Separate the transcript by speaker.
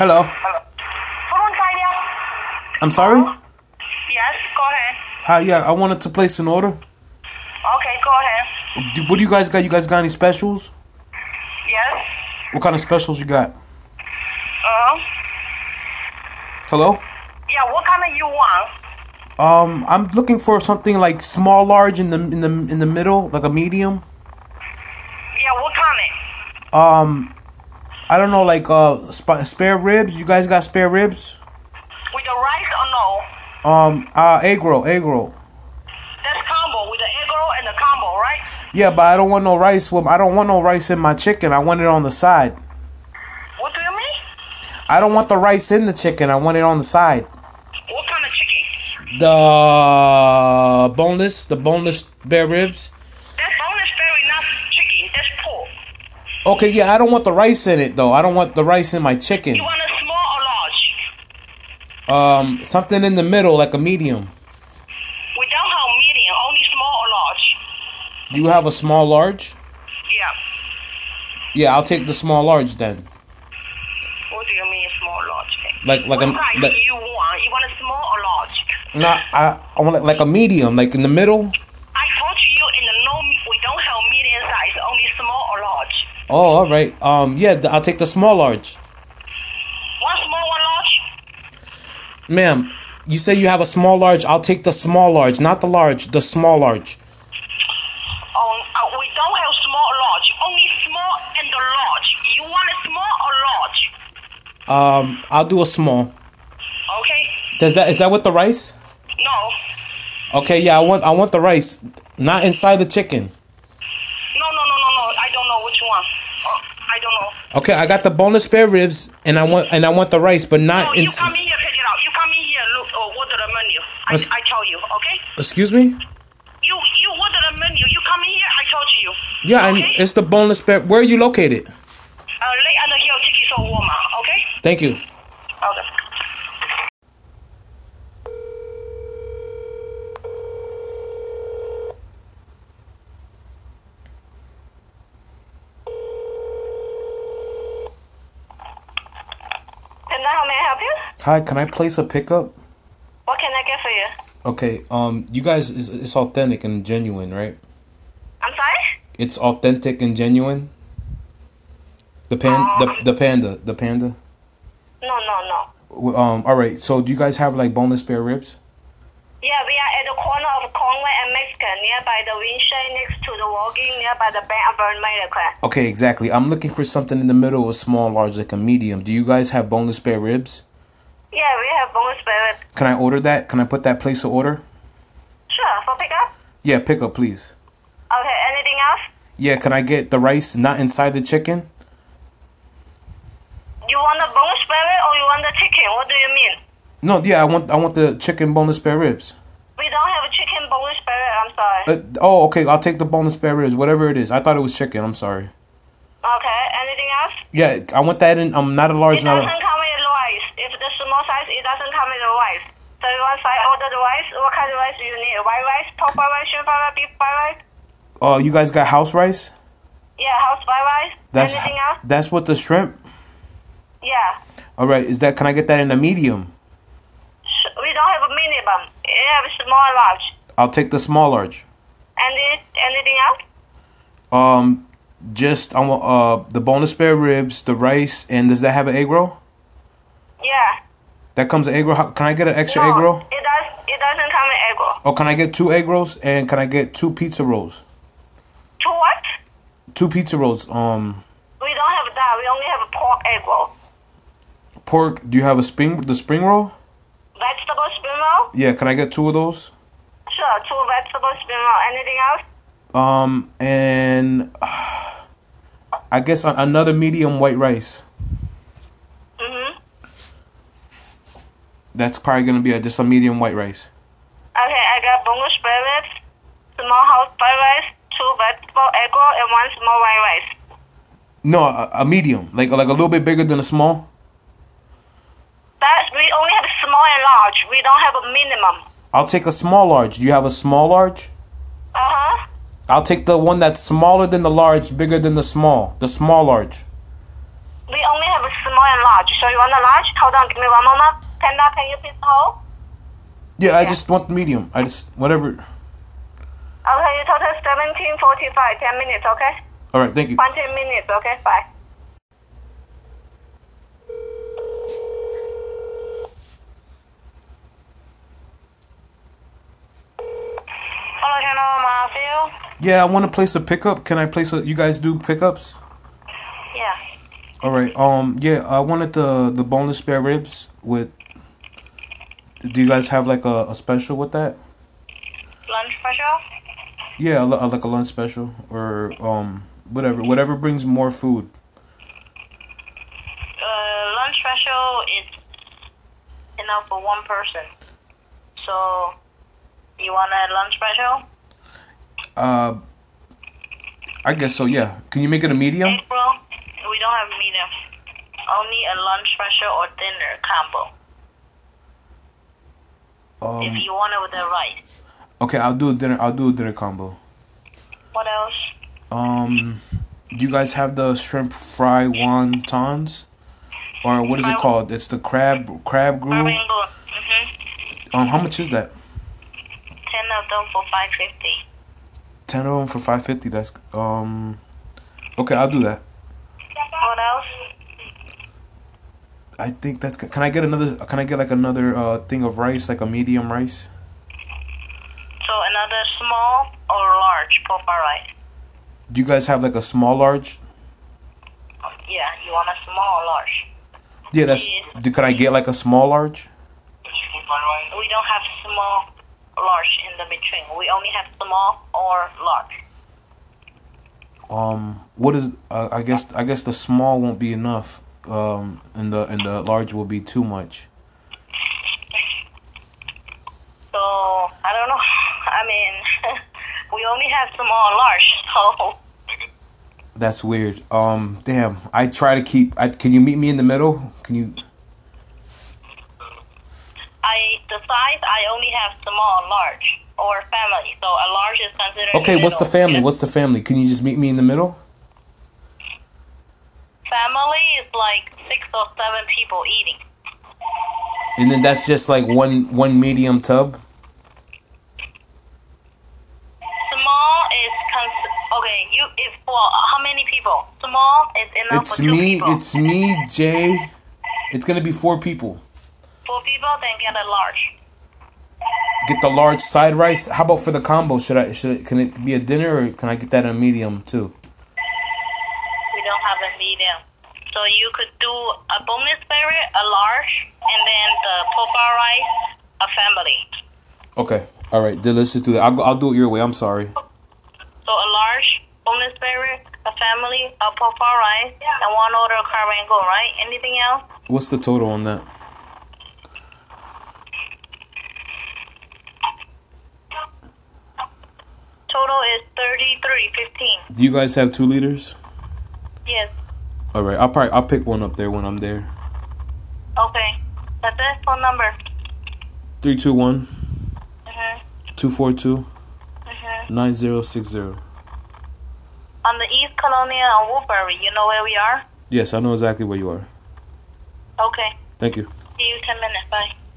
Speaker 1: Hello.
Speaker 2: Hold on, Kaidia.
Speaker 1: I'm sorry?
Speaker 2: Yes, go ahead.
Speaker 1: Hi, yeah, I wanted to place an order.
Speaker 2: Okay, go ahead.
Speaker 1: Do- What do you guys got? You guys got any specials?
Speaker 2: Yes.
Speaker 1: What kind of specials you got?
Speaker 2: Uh-huh.
Speaker 1: Hello?
Speaker 2: Yeah, what kind of you want?
Speaker 1: Um, I'm looking for something like small, large in the in the in the middle, like a medium.
Speaker 2: Yeah, what kind of?
Speaker 1: Um, I don't know, like uh, sp- spare ribs. You guys got spare ribs?
Speaker 2: With the rice or no?
Speaker 1: Um, uh, egg roll, egg roll.
Speaker 2: That's combo, with the egg roll and the combo, right?
Speaker 1: Yeah, but I don't want no rice. Well, I don't want no rice in my chicken. I want it on the side.
Speaker 2: What do you mean?
Speaker 1: I don't want the rice in the chicken. I want it on the side.
Speaker 2: What kind of chicken?
Speaker 1: The boneless, the boneless bear ribs.
Speaker 2: That's boneless berry, not chicken. That's pork.
Speaker 1: Okay, yeah, I don't want the rice in it though. I don't want the rice in my chicken.
Speaker 2: You want a small or large?
Speaker 1: Um, something in the middle, like a medium.
Speaker 2: We don't have medium, only small or large.
Speaker 1: Do you have a small large?
Speaker 2: Yeah.
Speaker 1: Yeah, I'll take the small large then.
Speaker 2: What do you mean small or large?
Speaker 1: Like like
Speaker 2: what
Speaker 1: a
Speaker 2: size
Speaker 1: like,
Speaker 2: you want? You want a small or large?
Speaker 1: not I I want it like a medium, like in the middle.
Speaker 2: I told you in the no, we don't have medium size, only small or large.
Speaker 1: Oh, all right. Um, yeah, th- I'll take the small large,
Speaker 2: One small, one large.
Speaker 1: ma'am. You say you have a small large. I'll take the small large, not the large, the small large.
Speaker 2: Um, uh, we don't have small or large, only small and the large. You want a small or large?
Speaker 1: Um, I'll do a small.
Speaker 2: Okay.
Speaker 1: Does that is that with the rice?
Speaker 2: No,
Speaker 1: Okay, yeah, I want I want the rice, not inside the chicken.
Speaker 2: no, no, no, no, no. I don't know which one. Uh, I don't know.
Speaker 1: Okay, I got the boneless spare ribs, and I want and I want the rice, but
Speaker 2: No,
Speaker 1: not
Speaker 2: you
Speaker 1: in.
Speaker 2: come in here, check it out. You come in here, look, uh, order the menu. I,
Speaker 1: Let's-
Speaker 2: I tell you, okay?
Speaker 1: Excuse me.
Speaker 2: You you order the menu. You come in here, I told you.
Speaker 1: Yeah, and
Speaker 2: okay?
Speaker 1: it's the boneless spare. Where are you located?
Speaker 2: Uh, lay under here, chicken so warm, okay?
Speaker 1: Thank you.
Speaker 2: Okay. And now, how may I help you?
Speaker 1: Hi, can I place a pickup?
Speaker 2: What can I get for you?
Speaker 1: Okay, um, you guys, it's, it's authentic and genuine, right?
Speaker 2: I'm sorry?
Speaker 1: It's authentic and genuine. The pan,
Speaker 2: Uh,
Speaker 1: the, the panda, the panda.
Speaker 2: No, no, no.
Speaker 1: W- Um, all right. So, do you guys have like boneless spare ribs?
Speaker 2: Yeah, we are at the corner of Conway and Mexican, nearby the Windshay, next to the walking, nearby the Bank of America.
Speaker 1: Okay, exactly. I'm looking for something in the middle, a small, large, like a medium. Do you guys have boneless spare ribs?
Speaker 2: Yeah, we have bonus spirit.
Speaker 1: Can I order that? Can I put that place to order?
Speaker 2: Sure, for pickup?
Speaker 1: Yeah, pick up, please.
Speaker 2: Okay, anything else?
Speaker 1: Yeah, can I get the rice not inside the chicken?
Speaker 2: You want the bonus spirit or you want the chicken? What do you mean?
Speaker 1: No, yeah, I want I want the chicken boneless spare ribs.
Speaker 2: We don't have a chicken bonus spirit, I'm sorry.
Speaker 1: Uh, oh, okay. I'll take the boneless spare ribs, whatever it is. I thought it was chicken. I'm sorry.
Speaker 2: Okay, anything else?
Speaker 1: Yeah, I want that in. I'm not a large.
Speaker 2: It
Speaker 1: Not
Speaker 2: doesn't
Speaker 1: a,
Speaker 2: come with rice. If the small size, it doesn't come with rice. So you want size order the rice? What kind of rice do you need? White rice, pork fried rice, shrimp fried rice, beef fried rice?
Speaker 1: uh, you guys got house rice?
Speaker 2: Yeah, house fried rice?
Speaker 1: That's
Speaker 2: anything else?
Speaker 1: that's what the shrimp.
Speaker 2: Yeah.
Speaker 1: All right, is that? Can I get that in a medium?
Speaker 2: Sh- We don't have a minimum. We have small and large.
Speaker 1: I'll take the small large.
Speaker 2: And it, anything else?
Speaker 1: Um, just I want uh the boneless spare ribs, the rice, and does that have an egg roll?
Speaker 2: Yeah.
Speaker 1: That comes an egg roll. How, can I get an extra egg roll?
Speaker 2: It does. It doesn't come with egg roll.
Speaker 1: Oh, can I get two egg rolls and can I get two pizza rolls?
Speaker 2: Two what?
Speaker 1: Two pizza rolls. Um,
Speaker 2: We don't have that. We only have a pork egg roll.
Speaker 1: pork. Do you have a spring the spring roll?
Speaker 2: Vegetable spring roll.
Speaker 1: Yeah, can I get two of those?
Speaker 2: Sure, two vegetable spring roll. Anything else?
Speaker 1: Um, and uh, I guess a- another medium white rice.
Speaker 2: Mhm.
Speaker 1: That's probably gonna be a, just a medium white rice.
Speaker 2: Okay, I got boneless spring ribs, small house fried rice, two vegetable egg roll, and one small white rice.
Speaker 1: No, a, a medium, like like a little bit bigger than a small.
Speaker 2: That we only have small and large. We don't have a minimum.
Speaker 1: I'll take a small large. Do you have a small large?
Speaker 2: Uh huh.
Speaker 1: I'll take the one that's smaller than the large, bigger than the small. The small large.
Speaker 2: we only have a small and large. So you want a large? Hold on, give me one moment. Panda, can you please hold?
Speaker 1: Yeah, I
Speaker 2: Yeah.
Speaker 1: just want medium. I just whatever.
Speaker 2: Okay, you total 1745, 10 minutes, okay?
Speaker 1: All right, thank you.
Speaker 2: 20 minutes, okay? Bye. Hello, General Marfield.
Speaker 1: Yeah, I want to place a pickup. Can I place a? You guys do pickups?
Speaker 2: Yeah.
Speaker 1: All right. Um. Yeah, I wanted the the boneless spare ribs with. Do you guys have like a, a special with that?
Speaker 2: Lunch special?
Speaker 1: Yeah, li- like a lunch special or um whatever whatever brings more food.
Speaker 2: Uh, lunch special is enough for one person. So, you want a lunch special?
Speaker 1: Uh, I guess so. Yeah. Can you make it a medium?
Speaker 2: April, we don't have medium. Only a lunch special or dinner combo.
Speaker 1: Um.
Speaker 2: if you want it with the rice.
Speaker 1: Okay, I'll do a dinner. I'll do a dinner combo.
Speaker 2: What else?
Speaker 1: Um, do you guys have the shrimp fry wontons? Or what is it called? It's the crab crab grill.
Speaker 2: Urban Boom. Mm-hmm.
Speaker 1: Um, how much is that?
Speaker 2: Ten of them for five fifty.
Speaker 1: Ten of them for five fifty. That's um. Okay, I'll do that.
Speaker 2: What else?
Speaker 1: I think that's. good. Can I get another? Can I get like another uh thing of rice, like a medium rice?
Speaker 2: So another small or large pork pie rice.
Speaker 1: Do you guys have like a small large?
Speaker 2: Yeah, you want a small or large?
Speaker 1: Yeah, that's. Do, could I get like a small large?
Speaker 2: We don't have small, large in the between. We only have small or large.
Speaker 1: Um, what is? Uh, I guess. I guess the small won't be enough. Um, and the and the large will be too much.
Speaker 2: So I don't know. I mean, we only have small or large. So
Speaker 1: That's weird. Um, damn. I try to keep. I can you meet me in the middle? Can you?
Speaker 2: I the size I only have small, large, or family. So a large is considered.
Speaker 1: Okay. What's the
Speaker 2: middle.
Speaker 1: family? What's the family? Can you just meet me in the middle?
Speaker 2: Family is like six or seven people eating.
Speaker 1: And then that's just like one one medium tub.
Speaker 2: Small is cons- okay. You is for how many people? Small is enough
Speaker 1: It's
Speaker 2: for two
Speaker 1: me.
Speaker 2: people.
Speaker 1: It's me, Jay. It's gonna be four people.
Speaker 2: Four people, then get a large.
Speaker 1: Get the large side rice. How about for the combo? Should I? Should it, can it be a dinner or can I get that in a medium too?
Speaker 2: We don't have a medium, so you could do a boneless spirit, a large, and then the profile rice, a family.
Speaker 1: Okay. All right. Then let's just do that. I'll go, I'll do it your way. I'm sorry.
Speaker 2: So a large boneless spirit, a family, a profile rice, and one order of crab and gold, right? Anything else?
Speaker 1: What's the total on that?
Speaker 2: Total is thirty-three fifteen.
Speaker 1: Do you guys have two liters?
Speaker 2: Yes.
Speaker 1: All right. I'll probably I'll pick one up there when I'm there.
Speaker 2: Okay. That's it. Phone number.
Speaker 1: Three, two, one.
Speaker 2: Mhm.
Speaker 1: 242
Speaker 2: Mhm.
Speaker 1: 9060.
Speaker 2: on the East Colonial on Woodbury. You know where we are?
Speaker 1: Yes, I know exactly where you are.
Speaker 2: Okay.
Speaker 1: Thank you.
Speaker 2: See you in 10 minutes. Bye.